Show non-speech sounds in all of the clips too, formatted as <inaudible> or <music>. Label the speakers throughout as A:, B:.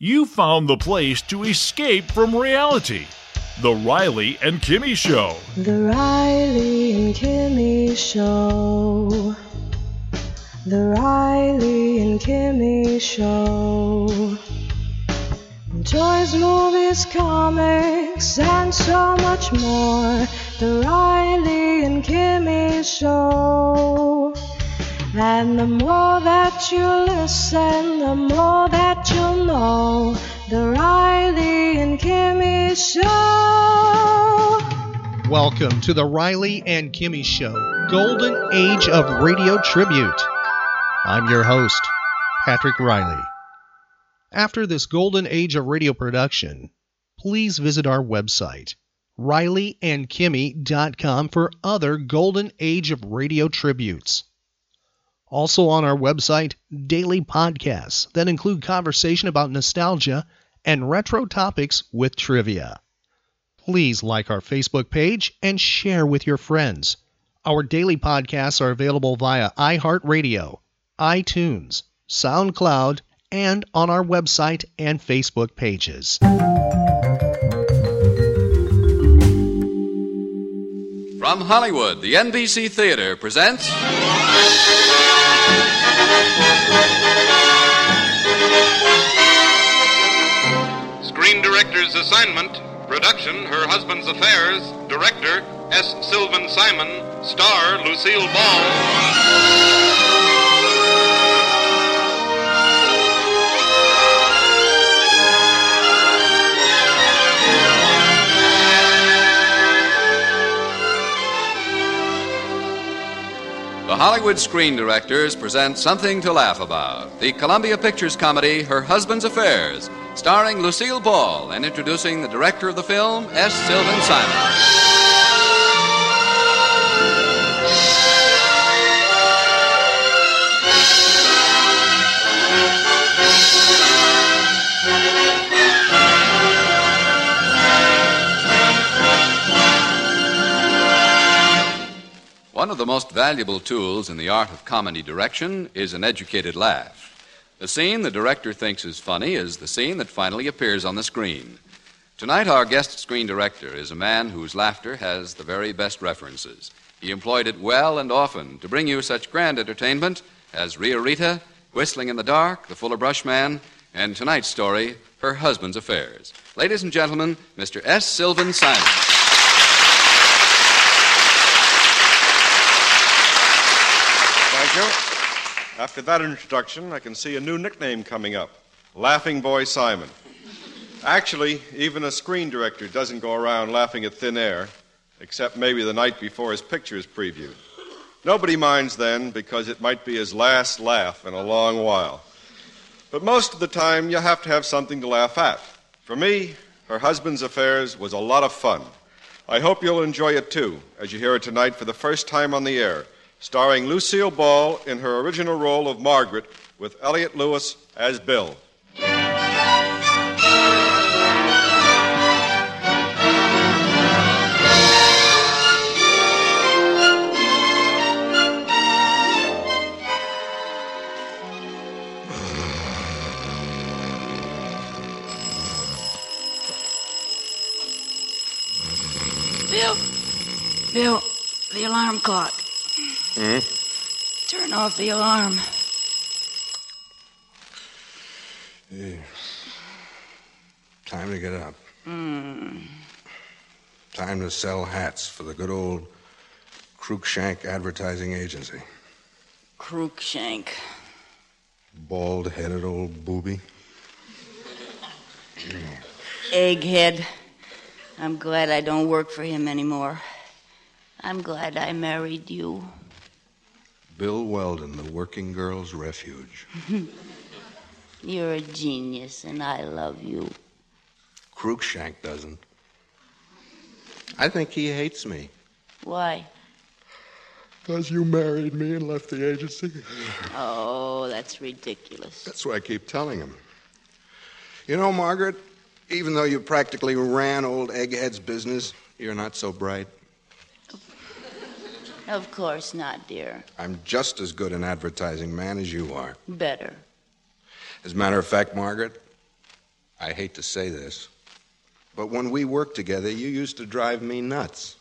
A: You found the place to escape from reality. The Riley and Kimmy Show.
B: The Riley and Kimmy Show. The Riley and Kimmy Show. Toys, movies, comics, and so much more. The Riley and Kimmy Show. And the more that you listen, the more that you'll know. The Riley and Kimmy Show.
C: Welcome to the Riley and Kimmy Show, Golden Age of Radio Tribute. I'm your host, Patrick Riley. After this golden age of radio production, please visit our website, rileyandkimmy.com, for other golden age of radio tributes. Also on our website, daily podcasts that include conversation about nostalgia and retro topics with trivia. Please like our Facebook page and share with your friends. Our daily podcasts are available via iHeartRadio, iTunes, SoundCloud, and on our website and Facebook pages.
D: From Hollywood, the NBC Theater presents.
E: Screen Director's Assignment, Production Her Husband's Affairs, Director S. Sylvan Simon, Star Lucille Ball.
D: The Hollywood Screen Directors present Something to Laugh About, the Columbia Pictures comedy Her Husband's Affairs, starring Lucille Ball and introducing the director of the film, S. Sylvan Simon. One of the most valuable tools in the art of comedy direction is an educated laugh. The scene the director thinks is funny is the scene that finally appears on the screen. Tonight, our guest screen director is a man whose laughter has the very best references. He employed it well and often to bring you such grand entertainment as Ria Rita, Whistling in the Dark, The Fuller Brush Man, and tonight's story, Her Husband's Affairs. Ladies and gentlemen, Mr. S. Sylvan Simon.
E: Thank you. After that introduction, I can see a new nickname coming up Laughing Boy Simon. Actually, even a screen director doesn't go around laughing at thin air, except maybe the night before his picture is previewed. Nobody minds then because it might be his last laugh in a long while. But most of the time, you have to have something to laugh at. For me, her husband's affairs was a lot of fun. I hope you'll enjoy it too, as you hear it tonight for the first time on the air, starring Lucille Ball in her original role of Margaret, with Elliot Lewis as Bill.
F: Bill, Bill, the alarm clock.
G: Hmm?
F: Turn off the alarm.
G: Time to get up.
F: Mm.
G: Time to sell hats for the good old Cruikshank Advertising Agency.
F: Crookshank.
G: Bald headed old booby.
F: Egghead. I'm glad I don't work for him anymore. I'm glad I married you.
G: Bill Weldon, the working girl's refuge.
F: <laughs> You're a genius, and I love you.
G: Cruikshank doesn't. I think he hates me.
F: Why?
G: Because you married me and left the agency.
F: Oh, that's ridiculous.
G: That's what I keep telling him. You know, Margaret, even though you practically ran old Egghead's business, you're not so bright.
F: Of course not, dear.
G: I'm just as good an advertising man as you are.
F: Better.
G: As a matter of fact, Margaret, I hate to say this, but when we worked together, you used to drive me nuts.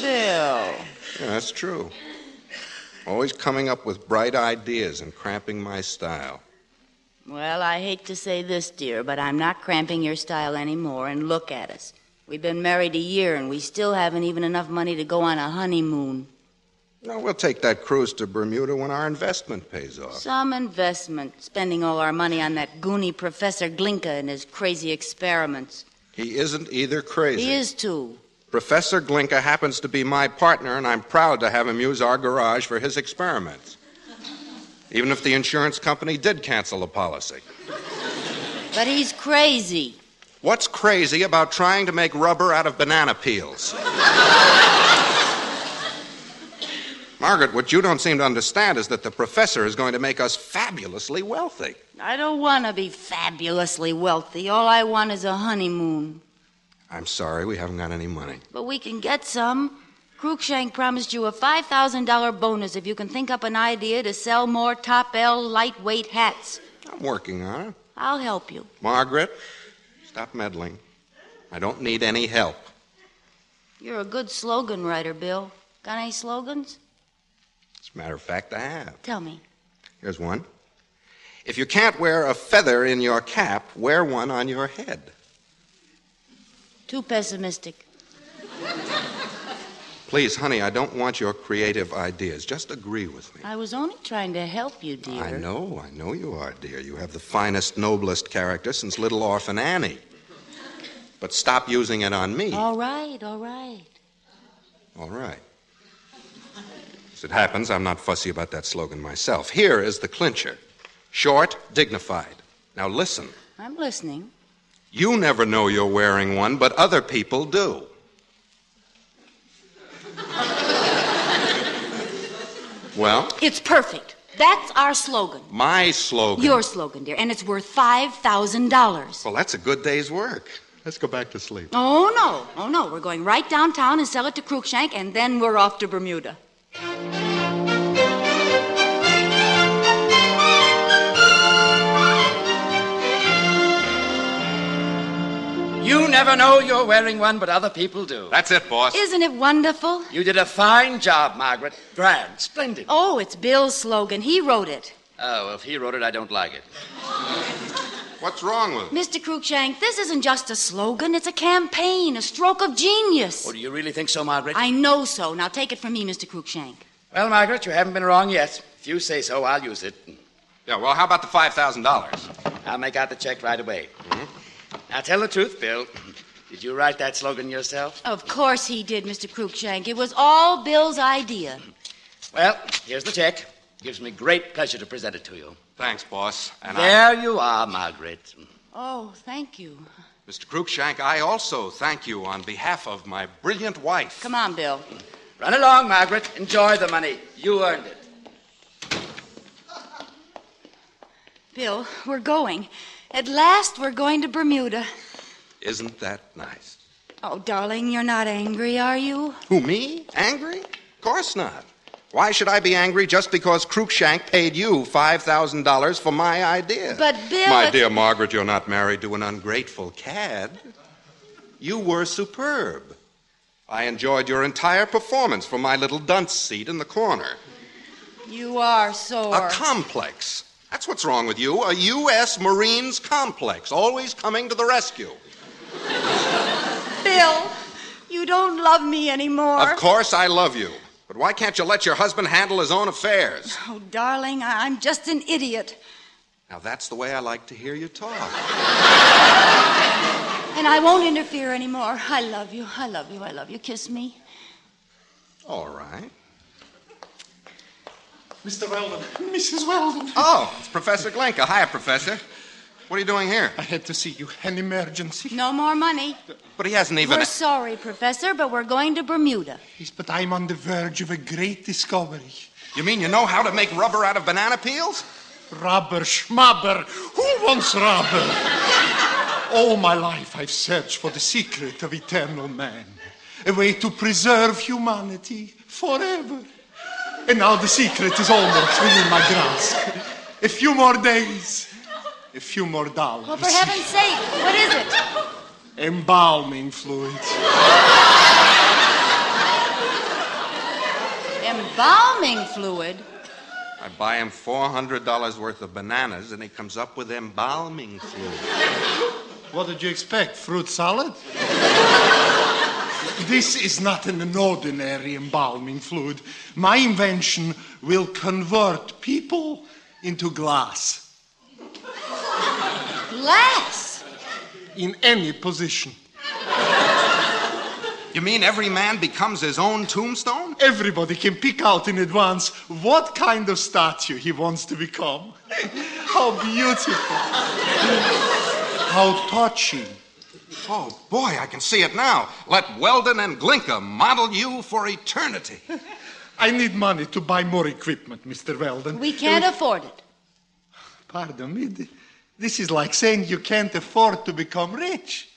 F: Bill.
G: Yeah, that's true. Always coming up with bright ideas and cramping my style.
F: Well, I hate to say this, dear, but I'm not cramping your style anymore, and look at us. We've been married a year, and we still haven't even enough money to go on a honeymoon.
G: No, we'll take that cruise to Bermuda when our investment pays off.
F: Some investment, spending all our money on that goony Professor Glinka and his crazy experiments.
G: He isn't either crazy.
F: He is too.
G: Professor Glinka happens to be my partner, and I'm proud to have him use our garage for his experiments. Even if the insurance company did cancel the policy.
F: But he's crazy.
G: What's crazy about trying to make rubber out of
F: <laughs>
G: banana peels? Margaret, what you don't seem to understand is that the professor is going to make us fabulously wealthy.
F: I don't want to be fabulously wealthy. All I want is a honeymoon.
G: I'm sorry, we haven't got any money.
F: But we can get some. Cruikshank promised you a $5,000 bonus if you can think up an idea to sell more top L lightweight hats.
G: I'm working on it.
F: I'll help you.
G: Margaret, stop meddling. I don't need any help.
F: You're a good slogan writer, Bill. Got any slogans?
G: As a matter of fact, I have.
F: Tell me.
G: Here's one. If you can't wear a feather in your cap, wear one on your head.
F: Too pessimistic.
G: Please, honey, I don't want your creative ideas. Just agree with me.
F: I was only trying to help you, dear.
G: I know, I know you are, dear. You have the finest, noblest character since Little Orphan Annie. But stop using it on me.
F: All right, all right.
G: All right. As it happens, I'm not fussy about that slogan myself. Here is the clincher short, dignified. Now listen.
F: I'm listening.
G: You never know you're wearing one, but other
F: <laughs>
G: people do. well,
F: It's perfect. That's our slogan.
G: my slogan.
F: Your slogan, dear, and it's worth $5,000.
G: Well, that's a good day's work. Let's go back to sleep.
F: Oh, no. Oh, no. We're going right downtown and sell it to Cruikshank, and then we're off to Bermuda.
H: You never know you're wearing one, but other people do.
G: That's it, boss.
F: Isn't it wonderful?
H: You did a fine job, Margaret. Grand, splendid.
F: Oh, it's Bill's slogan. He wrote it.
H: Oh, well, if he wrote it, I don't like it.
G: What's wrong with
F: Mr. Cruikshank, this isn't just a slogan, it's a campaign, a stroke of genius.
H: Oh, do you really think so, Margaret?
F: I know so. Now take it from me, Mr. Cruikshank.
H: Well, Margaret, you haven't been wrong yet. If you say so, I'll use it.
G: Yeah, well, how about the $5,000?
H: I'll make out the check right away.
G: Mm-hmm.
H: Now, tell the truth, Bill. Did you write that slogan yourself?
F: Of course he did, Mr. Cruikshank. It was all Bill's idea.
H: Well, here's the check. Gives me great pleasure to present it to you.
G: Thanks, boss. And
H: there you are, Margaret.
F: Oh, thank you.
G: I, Mr. Cruikshank, I also thank you on behalf of my brilliant wife.
F: Come on, Bill.
H: Run along, Margaret. Enjoy the money. You earned it.
F: Bill, we're going. At last, we're going to Bermuda.
G: Isn't that nice?
F: Oh, darling, you're not angry, are you?
G: Who, me? Angry? Of course not. Why should I be angry just because Cruikshank paid you $5,000 for my idea?
F: But, Bill,
G: My
F: it-
G: dear Margaret, you're not married to an ungrateful cad. You were superb. I enjoyed your entire performance from my little dunce seat in the corner.
F: You are sore.
G: A complex. That's what's wrong with you. A U.S. Marines complex, always coming to the rescue.
F: Bill, you don't love me anymore.
G: Of course, I love you. But why can't you let your husband handle his own affairs?
F: Oh, darling, I- I'm just an idiot.
G: Now, that's the way I like to hear you talk.
F: And I won't interfere anymore. I love you. I love you. I love you. Kiss me.
G: All right.
I: Mr. Weldon. <laughs> Mrs. Weldon.
G: Oh, it's Professor Glenka. Hi, Professor. What are you doing here?
I: I had to see you. An emergency.
F: No more money.
G: But he hasn't even.
F: We're sorry, Professor, but we're going to Bermuda.
I: Yes, but I'm on the verge of a great discovery.
G: You mean you know how to make rubber out of banana peels?
I: Rubber, schmubber. Who wants rubber? All my life I've searched for the secret of eternal man, a way to preserve humanity forever. And now the secret is almost within my grasp. A few more days, a few more dollars.
F: Well, for heaven's sake, what is it?
I: Embalming fluid.
F: Embalming fluid?
G: I buy him $400 worth of bananas, and he comes up with embalming fluid.
I: What did you expect? Fruit salad? this is not an ordinary embalming fluid. My invention will convert people into glass
F: Glass.
I: in any position.
G: You mean every man becomes his own tombstone?
I: Everybody can pick out in advance what kind of statue he wants to become. <laughs> How beautiful. How touching.
G: Oh, boy, I can see it now. Let Weldon and Glinka model you for eternity.
I: I need money to buy more equipment, Mr. Weldon.
F: We can't afford it.
I: Pardon me. th- This is like saying you can't afford to become rich.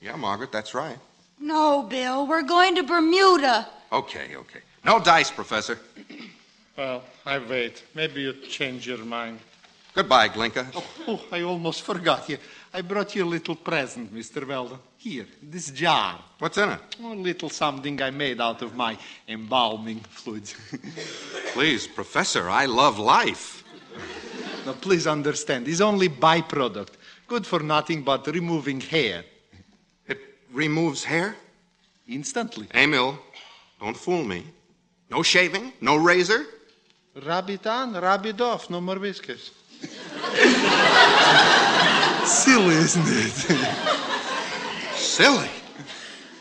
G: Yeah, Margaret, that's right.
F: No, Bill, we're going to Bermuda.
G: Okay, okay. No dice, Professor.
I: Well, I wait. Maybe you change your mind.
G: Goodbye, Glinka.
I: Oh, I almost forgot you. I brought you a little present, Mr. Weldon. Here, this jar.
G: What's in it?
I: A little something I made out of my embalming <laughs> fluid.
G: Please, Professor, I love life.
I: now, please understand, it's only byproduct. Good for nothing but removing hair.
G: It removes hair?
I: Instantly.
G: Emil, don't fool me. No shaving, no razor.
I: Rub it on, rub it off, no more whiskers. Silly, isn't it?
G: Silly.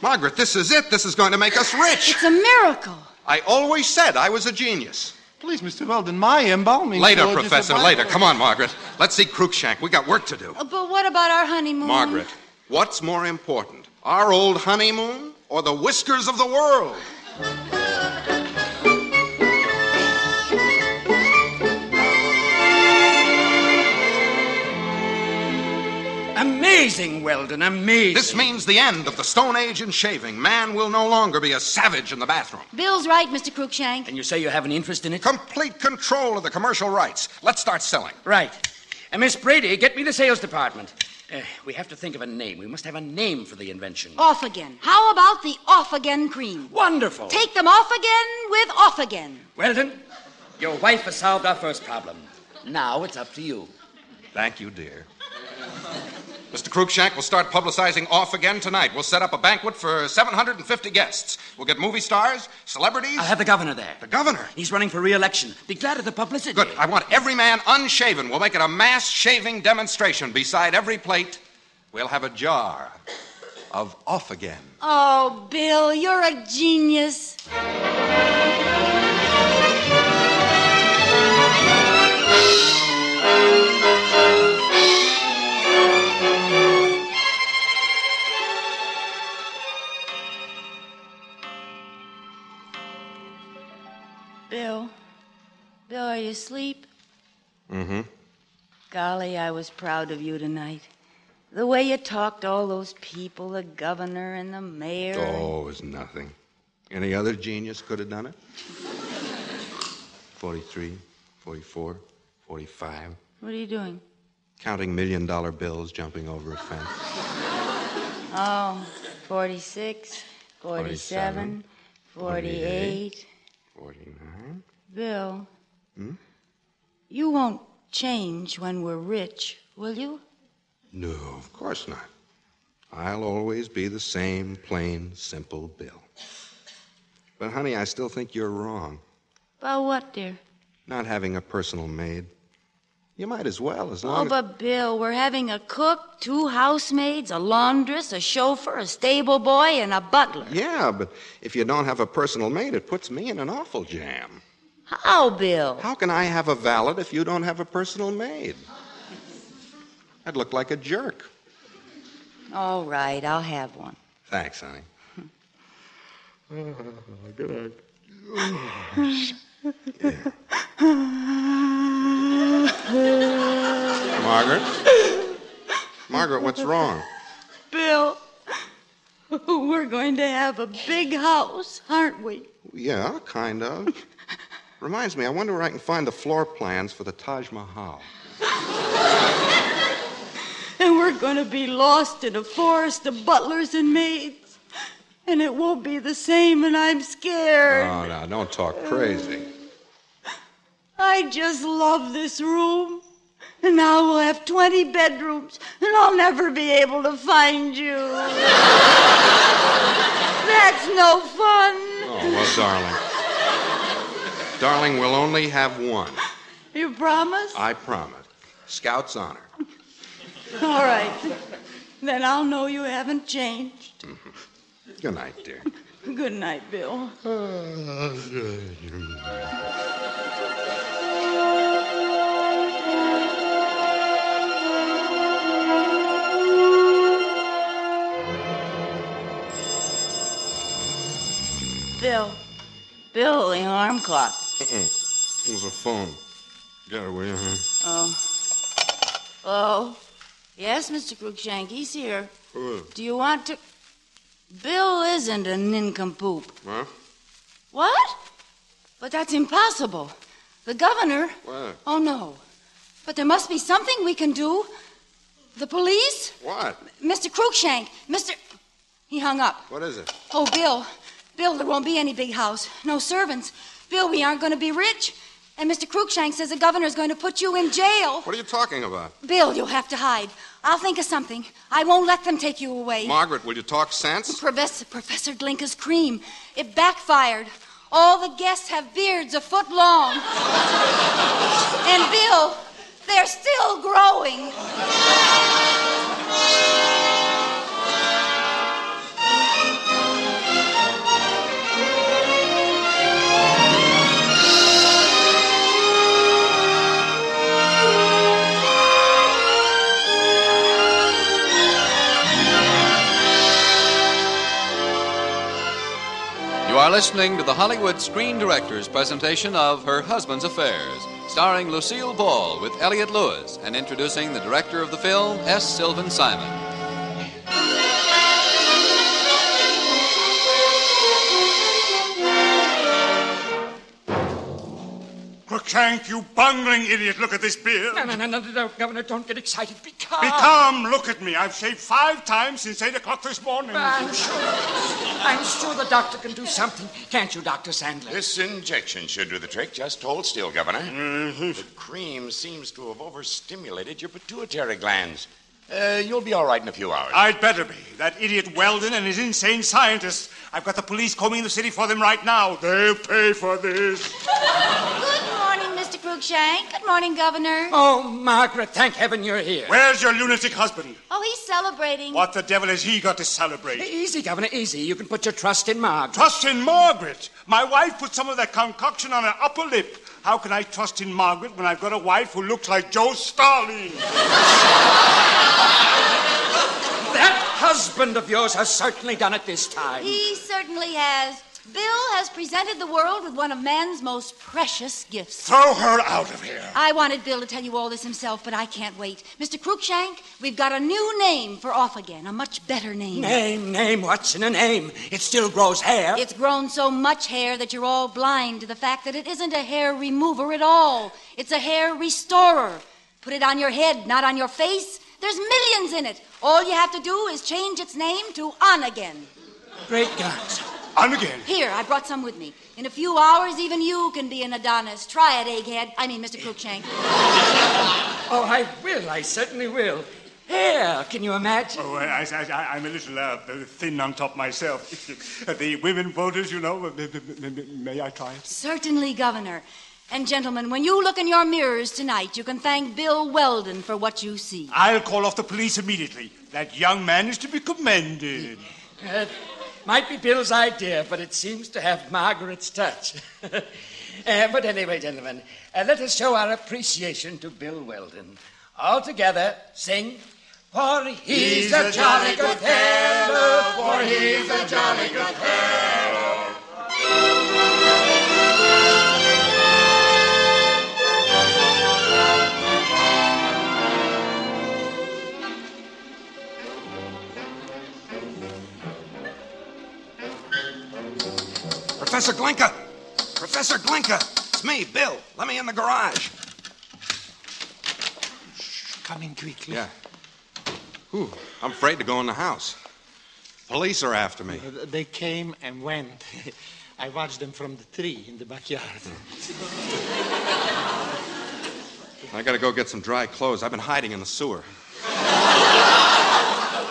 G: Margaret, this is it. This is going to make us rich.
F: It's a miracle.
G: I always said I was a genius.
I: please, Mr. Weldon, my embalming
G: Later,
I: fluid is a
G: Professor, later.
I: byproduct.
G: Come on, Margaret. Let's see Cruikshank. We got work to do.
F: Uh, But what about our honeymoon?
G: Margaret, what's more important, our old honeymoon or the whiskers of the world?
H: Amazing, Weldon, amazing.
G: This means the end of the Stone Age in shaving. Man will no longer be a savage in the bathroom.
F: Bill's right, Mr. Cruikshank.
H: And you say you have an interest in it?
G: Complete control of the commercial rights. Let's start selling.
H: Right. And Miss Brady, get me the sales department. Uh, we have to think of a name. We must have a name for the invention.
F: Off again. How about the off again cream?
H: Wonderful.
F: Take them off again with off again.
H: Weldon, your wife has solved our first problem. Now it's up to you.
G: Thank you, dear. Mr. Cruikshank will start publicizing off again tonight. We'll set up a banquet for 750 guests. We'll get movie stars, celebrities.
H: I'll have the governor there.
G: The governor.
H: He's running for re-election. Be glad of the publicity.
G: Good. I want every man unshaven. We'll make it a mass shaving demonstration. Beside every plate, we'll have a jar of off again.
F: Oh, Bill, you're a genius. Bill, Bill, are you asleep?
G: Mm-hmm.
F: Golly, I was proud of you tonight. The way you talked to all those people, the governor and the mayor.
G: Oh, it's nothing. Any other genius could have done it? 43, 44, 45.
F: What are you doing?
G: Counting million dollar bills jumping over a fence.
F: Oh, 46, 47, 48.
G: 49.
F: Bill,
G: Hmm?
F: you won't change when we're rich, will you?
G: No, of course not. I'll always be the same plain, simple Bill. But, honey, I still think you're wrong,
F: About what, dear?
G: not having a personal maid. You might as well, as long
F: Oh,
G: as.
F: but Bill, we're having a cook, two housemaids, a laundress, a chauffeur, a stable boy, and a butler.
G: Yeah, but if you don't have a personal maid, it puts me in an awful jam.
F: How, Oh, Bill?
G: How can I have a valet if you don't have a personal maid? I'd look like a jerk.
F: All right, I'll have one.
G: Thanks, honey. Good night. Margaret? Margaret, what's wrong?
F: Bill, <laughs> we're going to have a big house, aren't we?
G: Yeah, kind of. Reminds me, I wonder where I can find the floor plans for the Taj Mahal.
F: And we're going to be lost in a forest of butlers and maids. And it won't be the same, and I'm scared.
G: Oh, no, don't talk crazy.
F: I just love this room. And now we'll have 20 bedrooms, and I'll never be able to find you. <laughs> That's no fun.
G: Oh, well, darling. darling, we'll only have one.
F: You promise?
G: I promise. Scout's honor.
F: <laughs> All right. Then I'll know you haven't changed.
G: <laughs> Good night, dear. Uh, uh-uh.
F: Good night, Bill. Bill. Bill, the alarm clock.
G: Mm-mm. It was a phone. Get away, huh?
F: Oh. Oh. Yes, Mr. Cruikshank, he's here.
G: Who is
F: Do you want to. Bill isn't a nincompoop.
G: Huh?
F: What? But that's impossible. The governor.
G: What?
F: Oh, no. But there must be something we can do. The police?
G: What?
F: Mr. Cruikshank. Mr. He hung up.
G: What is it?
F: Oh, Bill. Bill, there won't be any big house. No servants. Bill, we aren't going to be rich. And Mr. Cruikshank says the governor's going to put you in jail.
G: What are you talking about?
F: Bill, Oh, you'll have to hide. I'll think of something. I won't let them take you away.
G: Margaret, will you talk sense?
F: Professor, Professor Glinka's cream. It backfired. All the guests have beards a foot long. and Bill, they're still growing.
D: You are listening to the Hollywood Screen Director's presentation of Her Husband's Affairs, starring Lucille Ball with Elliot Lewis and introducing the director of the film, S. Sylvan Simon.
J: Crookshank, you bungling idiot. Look at this beard.
H: No, no, no, no, no, Governor, don't get excited. Be calm.
J: Be calm. Look at me. I've shaved five times since 8 o'clock this morning.
H: I'm sure. I'm sure the doctor can do something. Can't you, Dr. Sandler?
K: This injection should do the trick. Just hold still, Governor.
H: Mm-hmm.
K: The cream seems to have overstimulated your pituitary glands. Uh, you'll be all right in a few hours.
J: I'd better be. That idiot Weldon and his insane scientists. I've got the police combing the city for them right now. They'll pay for this.
F: Good morning, Mr. Cruikshank. Good morning, Governor.
H: Oh, Margaret, thank heaven you're here.
J: Where's your lunatic husband?
F: Oh, he's celebrating.
J: What the devil has he got to celebrate?
H: Easy, Governor, easy. You can put your trust in Margaret.
J: Trust in Margaret. My wife put some of that concoction on her upper lip. How can I trust in Margaret when I've got a wife who looks like Joe Stalin?
H: That husband of yours has certainly done it this time.
F: He certainly has. Bill has presented the world with one of man's most precious gifts.
J: Throw her out of here.
F: I wanted Bill to tell you all this himself, but I can't wait. Mr. Cruikshank, we've got a new name for Off Again, a much better name.
H: Name, name, what's in a name? It still grows hair.
F: It's grown so much hair that you're all blind to the fact that it isn't a hair remover at all. It's a hair restorer. Put it on your head, not on your face. There's millions in it. All you have to do is change its name to On Again.
H: Great guns.
J: On again.
F: Here, I brought some with me. In a few hours, even you can be an Adonis. Try it, Egghead. I mean, Mr. Cruikshank.
H: <laughs> Oh, I will. I certainly will. Hair, can you imagine?
J: Oh, I, am a little uh, thin on top myself. <laughs> the women voters, you know. May I try it?
F: Certainly, Governor. And, gentlemen, when you look in your mirrors tonight, you can thank Bill Weldon for what you see.
J: I'll call off the police immediately. That young man is to be commended.
H: Uh, It might be Bill's idea, but it seems to have Margaret's touch. Uh, but anyway, gentlemen, uh, let us show our appreciation to Bill Weldon. All together, sing. For he's,
L: He's a jolly good fellow, for he's a jolly good fellow.
K: Professor Glinka! Professor Glinka! It's me, Bill. Let me in the garage.
I: Coming quickly.
G: Yeah. Whew, I'm afraid to go in the house. Police are after me.
I: Uh, They came and went. <laughs> I watched them from the tree in the backyard.
G: I gotta go get some dry clothes. I've been hiding in the sewer.
I: Uh,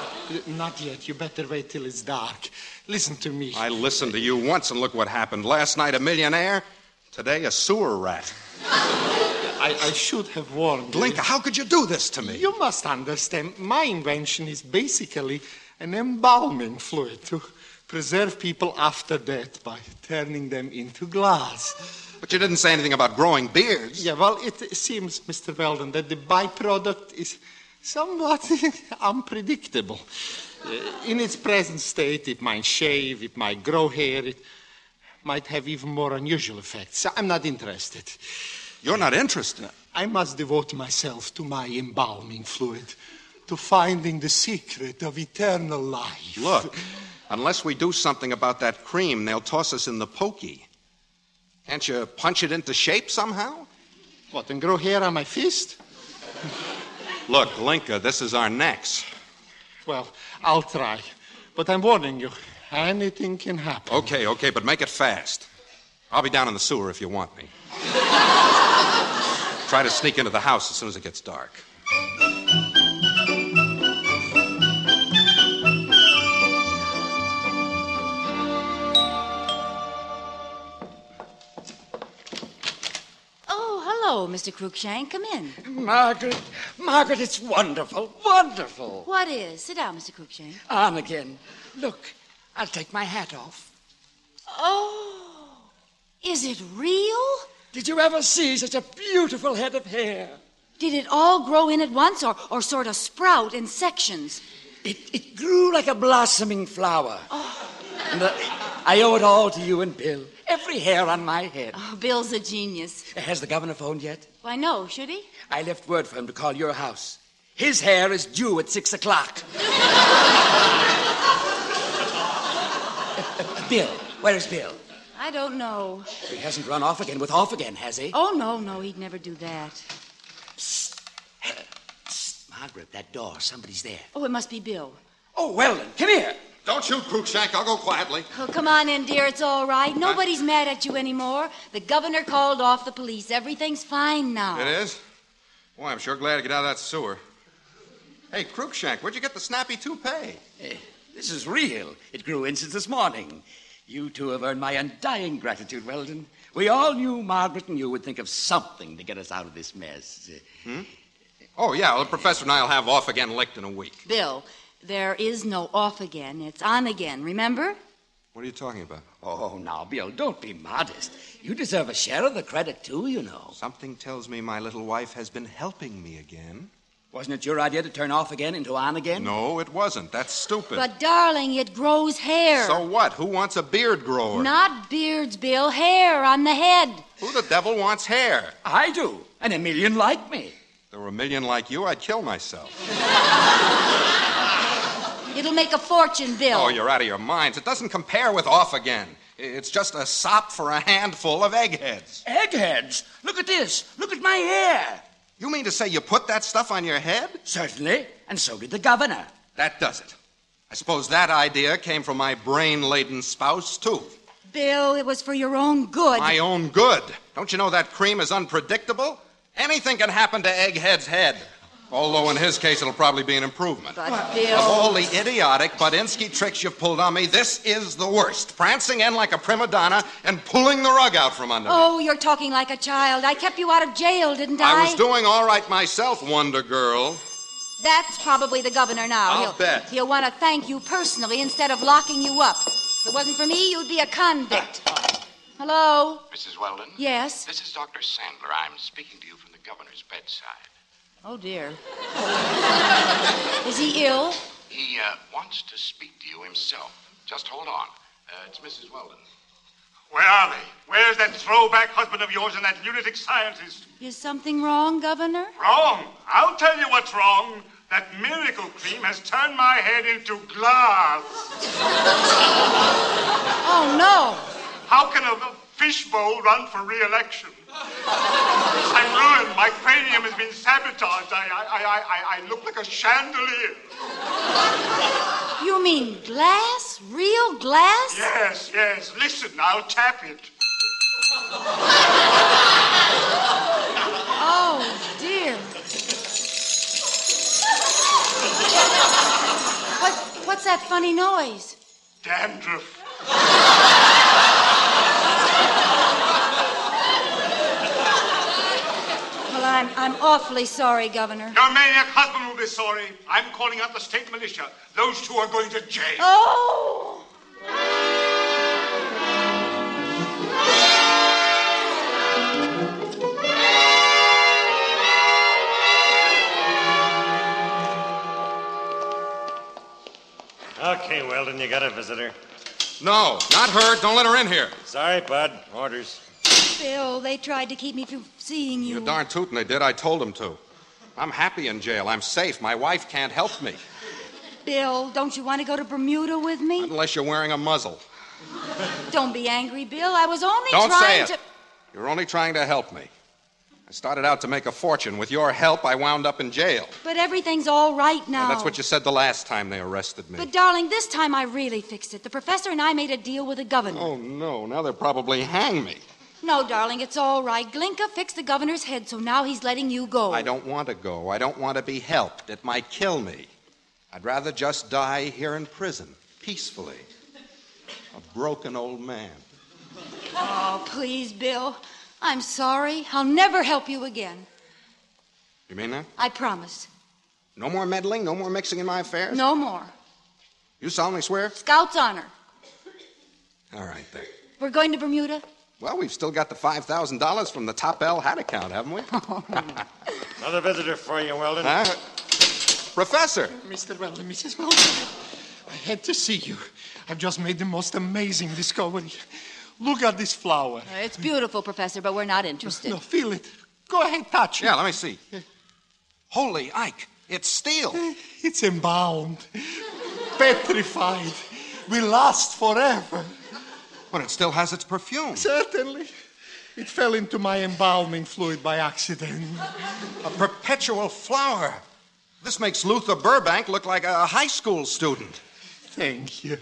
I: <laughs> Not yet. You better wait till it's dark. Listen to me.
G: I listened to you once and look what happened. Last night a millionaire, today a sewer rat.
I: I, I should have warned you.
G: Glinka, how could you do this to me?
I: You must understand, my invention is basically an embalming fluid to preserve people after death by turning them into glass.
G: But you didn't say anything about growing beards.
I: Yeah, well, it seems, Mr. Weldon, that the byproduct is somewhat <laughs> unpredictable. Uh, In its present state, it might shave, it might grow hair, it might have even more unusual effects. So I'm not interested.
G: You're not interested?
I: I must devote myself to my embalming fluid, to finding the secret of eternal life.
G: Look, unless we do something about that cream, they'll toss us in the pokey. Can't you punch it into shape somehow?
I: What, and grow hair on my fist?
G: <laughs> Look, Glinka, this is our necks.
I: Well, I'll try. But I'm warning you, anything can happen.
G: Okay, okay, but make it fast. I'll be down in the sewer if
I: <laughs>
G: you want me. Try to sneak into the house as soon as it gets dark.
F: Oh, hello, Mr. Cruikshank. Come in.
H: Margaret, Margaret, it's wonderful, wonderful.
F: What is? Sit down, Mr. Cruikshank.
H: On again. Look, I'll take my hat off.
F: Oh, is it real?
H: Did you ever see such a beautiful head of hair?
F: Did it all grow in at once or, or sort of sprout in sections?
H: It, it grew like a blossoming flower.
F: Oh.
H: And uh, I owe it all to you and Bill. Every hair on my head.
F: Oh, Bill's a genius.
H: Has the governor phoned yet?
F: Why, no, should he?
H: I left word for him to call your house. His hair is due at six
F: <laughs>
H: o'clock. Bill, where is Bill?
F: I don't know.
H: He hasn't run off again with off again, has he?
F: Oh, no, no, he'd never do that.
H: Margaret, that door, somebody's there.
F: Oh, it must be Bill.
H: Oh, Weldon, come here.
G: Don't shoot, Cruikshank. I'll go quietly.
F: Oh, come on in, dear. It's all right. Nobody's mad at you anymore. The governor called off the police. Everything's fine now.
G: It is? Boy, I'm sure glad to get out of that sewer. Hey, Cruikshank, where'd you get the snappy toupee?
H: Eh, This is real. It grew in since this morning. You two have earned my undying gratitude, Weldon. We all knew Margaret and you would think of something to get us out of this mess. Eh,
G: Hmm? Oh, yeah, well, the professor and I'll have off again licked in a week.
F: Bill, there is no off again. It's on again, remember?
G: What are you talking about?
H: Oh, now, Bill, don't be modest. You deserve a share of the credit, too, you know.
G: Something tells me my little wife has been helping me again.
H: Wasn't it your idea to turn off again into on again?
G: No, it wasn't. That's stupid.
F: But, darling, it grows hair.
G: So what? Who wants a beard grower?
F: Not beards, Bill. Hair on the head.
G: Who the devil wants hair?
H: I do, and a million like me.
G: If there were a million like you, I'd kill myself.
F: <laughs> It'll make a fortune, Bill.
G: Oh, you're out of your minds. It doesn't compare with off again. I- It's just a sop for a handful of eggheads.
H: Eggheads? Look at this. Look at my hair.
G: You mean to say you put that stuff on your head?
H: Certainly, and so did the governor.
G: That does it. I suppose that idea came from my brain laden spouse, too.
F: Bill, it was for your own good.
G: My own good. Don't you know that cream is unpredictable? Anything can happen to Egghead's head. Although in his case, it'll probably be an improvement.
F: But,
G: Of all
F: Bill,
G: the idiotic Budinsky tricks you've pulled on me, this is the worst. Prancing in like a prima donna and pulling the rug out from under me.
F: oh, you're talking like a child. I kept you out of jail, didn't I?
G: I was doing all right myself, Wonder Girl.
F: That's probably the governor now.
G: I'll
F: he'll,
G: bet.
F: He'll want to
G: <laughs>
F: thank you personally instead of locking you up. If it wasn't for me, you'd be a convict. Hello?
K: Mrs. Weldon?
F: Yes?
K: This is Dr. Sandler. I'm speaking to you from the governor's bedside.
F: Oh, dear. Is he ill?
K: He uh, wants to speak to you himself. Just hold on. Uh, it's Mrs. Weldon.
J: Where are they? Where's that throwback husband of yours and that lunatic scientist?
F: Is something wrong, Governor?
J: Wrong. I'll tell you what's wrong. That miracle cream has turned my head into glass.
F: Oh, no.
J: How can a fishbowl run for re-election? I'm ruined. My cranium has been sabotaged. I, I, I, I, I look like a chandelier.
F: You mean glass? Real glass?
J: Yes, yes. Listen, I'll tap it.
F: Oh, dear. What, what's that funny noise?
J: Dandruff.
F: Well, I'm, I'm awfully sorry, Governor.
J: Your maniac husband will be sorry. I'm calling out the state militia. Those two are going to jail.
F: Oh!
M: Okay, Weldon, you got a visitor.
G: No, not her. Don't let her in here.
M: Sorry, bud. Orders.
F: Bill, they tried to keep me from seeing you.
G: You darn tootin' they did. I told them to. I'm happy in jail. I'm safe. My wife can't help me
F: Bill, don't you want to go to Bermuda with me?
G: unless you're wearing a muzzle.
F: Don't be angry, Bill. I was only
G: Don't say
F: trying
G: it. You're only trying to help me. I started out to make a fortune. With your help, I wound up in jail.
F: to. But everything's all right now.
G: And that's what you said the last time they arrested me.
F: But, darling, this time I really fixed it. The professor and I made a deal with the governor.
G: Oh, no. Now they'll probably hang me.
F: No, darling, it's all right. Glinka fixed the governor's head, so now he's letting you go.
G: I don't want to go. I don't want to be helped. It might kill me. I'd rather just die here in prison, peacefully. A broken old man.
F: Oh, please, Bill. I'm sorry. I'll never help you again.
G: You mean that?
F: I promise.
G: No more meddling, no more mixing in my affairs?
F: No more.
G: You solemnly swear?
F: Scout's honor.
G: All right, then.
F: We're going to Bermuda?
G: Well, we've still got the $5,000 from the Top L hat account, haven't we?
M: <laughs> Another visitor for you, Weldon.
G: Huh? Professor!
I: Mr. Weldon, Mrs. Weldon, I had to see you. I've just made the most amazing discovery. Look at this flower.
F: It's beautiful, Professor, but we're not interested.
I: No, feel it. Go ahead, touch it.
G: Yeah, let me see. Holy Ike, it's steel.
I: <laughs> It's embalmed,
G: <laughs>
I: petrified, will last forever.
G: But it still has its perfume.
I: Certainly. It fell into my embalming fluid by accident.
G: A perpetual flower. This makes Luther Burbank look like a high school student.
I: Thank you.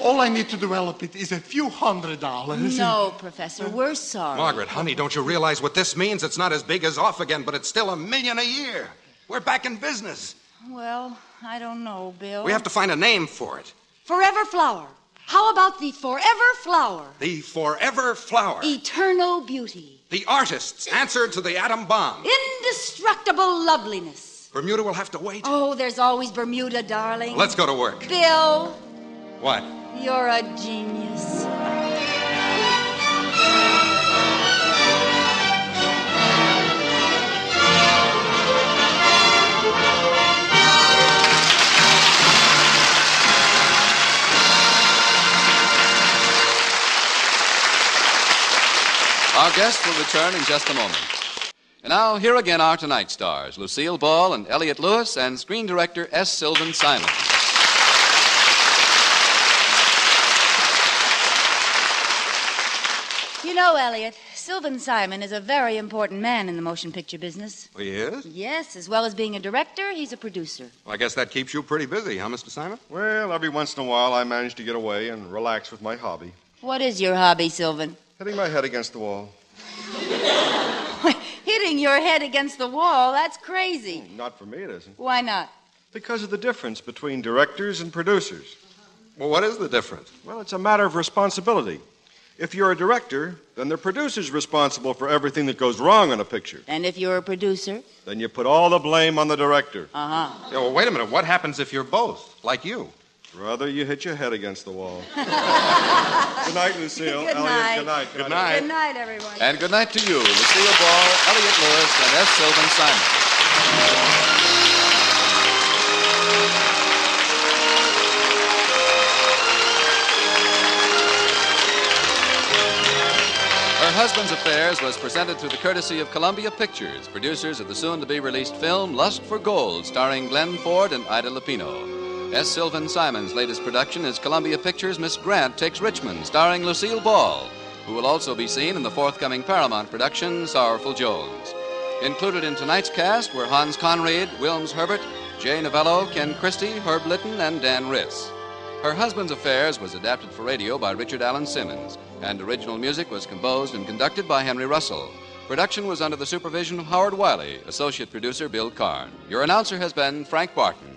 I: All I need to develop it is a few hundred dollars.
F: No, Professor, we're sorry.
G: Margaret, honey, don't you realize what this means? It's not as big as off again, but it's still a million a year. We're back in business.
F: Well, I don't know, Bill.
G: We have to find a name for it.
F: Forever Flower. How about the Forever Flower? E-
G: The Forever Flower.
F: Eternal beauty.
G: The artist's answer to the atom bomb.
F: Indestructible loveliness.
G: Bermuda will have to wait.
F: Oh, there's always Bermuda, darling.
G: Let's go to work.
F: Bill,
G: What?
F: you're a genius.
D: Our guest will return in just a moment. And now, here again are tonight's stars Lucille Ball and Elliot Lewis, and screen director S. Sylvan Simon.
F: You know, Elliot, Sylvan Simon is a very important man in the motion picture business.
G: Oh, yes?
F: Yes, as well as being a director, he's a producer.
G: Well, I guess that keeps you pretty busy, huh, Mr. Simon?
E: Well, every once in a while, I manage to get away and relax with my hobby.
F: What is your hobby, Sylvan?
E: Hitting my head against the wall.
F: Hitting your head against the wall, that's crazy.
E: Not for me, it isn't.
F: Why not?
E: Because of the difference between directors and producers.
G: Well, what is the difference?
E: Well, it's a matter of responsibility. If you're a director, then the producer's responsible for everything that goes wrong in a picture.
F: And if you're a producer?
E: Then you put all the blame on the director.
F: Uh huh.
G: Yeah, well, wait a minute. What happens if you're both, like you?
E: Rather, you hit your head against the wall. good night, Lucille.
F: Good
E: Elliot,
F: night.
E: good night.
D: Good night.
F: Good night, everyone.
D: And good night to you, Lucille Ball, Elliot Lewis, and S. Sylvan Simon. Her Husband's Affairs was presented through the courtesy of Columbia Pictures, producers of the soon to be released film Lust for Gold, starring Glenn Ford and Ida Lupino. S. Sylvan Simon's latest production is Columbia Pictures' Miss Grant Takes Richmond, starring Lucille Ball, who will also be seen in the forthcoming Paramount production Sorrowful Jones. Included in tonight's cast were Hans Conrad, Wilms Herbert, Jay Novello, Ken Christie, Herb Litton, and Dan Riss. Her Husband's Affairs was adapted for radio by Richard Allen Simmons, and original music was composed and conducted by Henry Russell. Production was under the supervision of Howard Wiley, associate producer Bill Karn. Your announcer has been Frank Barton.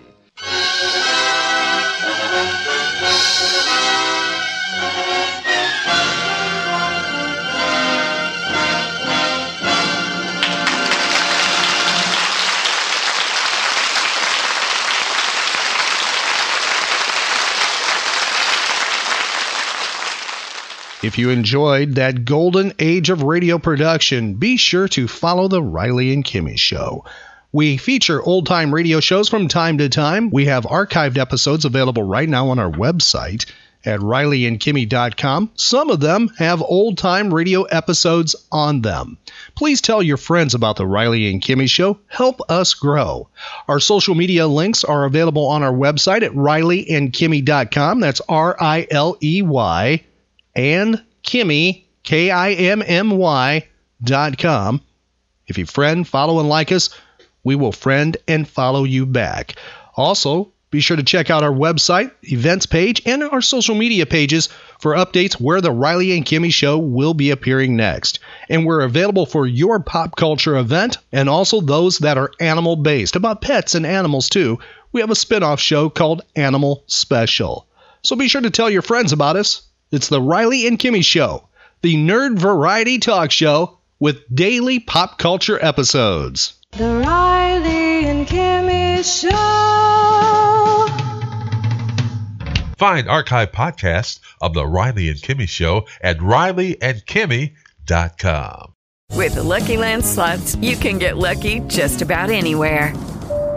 C: If you enjoyed that golden age of radio production, be sure to follow the Riley and Kimmy Show. We feature old time radio shows from time to time. We have archived episodes available right now on our website at rileyandkimmy.com. Some of them have old time radio episodes on them. Please tell your friends about the Riley and Kimmy Show. Help us grow. Our social media links are available on our website at rileyandkimmy.com. That's R I L E Y and Kimmy, K I M M Y, dot com. If you friend, follow, and like us, we will friend and follow you back. Also, be sure to check out our website, events page, and our social media pages for updates where the Riley and Kimmy show will be appearing next. And we're available for your pop culture event and also those that are animal based, about pets and animals too. We have a spin off show called Animal Special. So be sure to tell your friends about us. It's the Riley and Kimmy Show, the nerd variety talk show with daily pop culture episodes.
B: The Riley and Kimmy Show.
N: Find archive podcasts of The Riley and Kimmy Show at rileyandkimmy.com.
O: <laughs> With the Lucky Land slots, you can get lucky just about anywhere.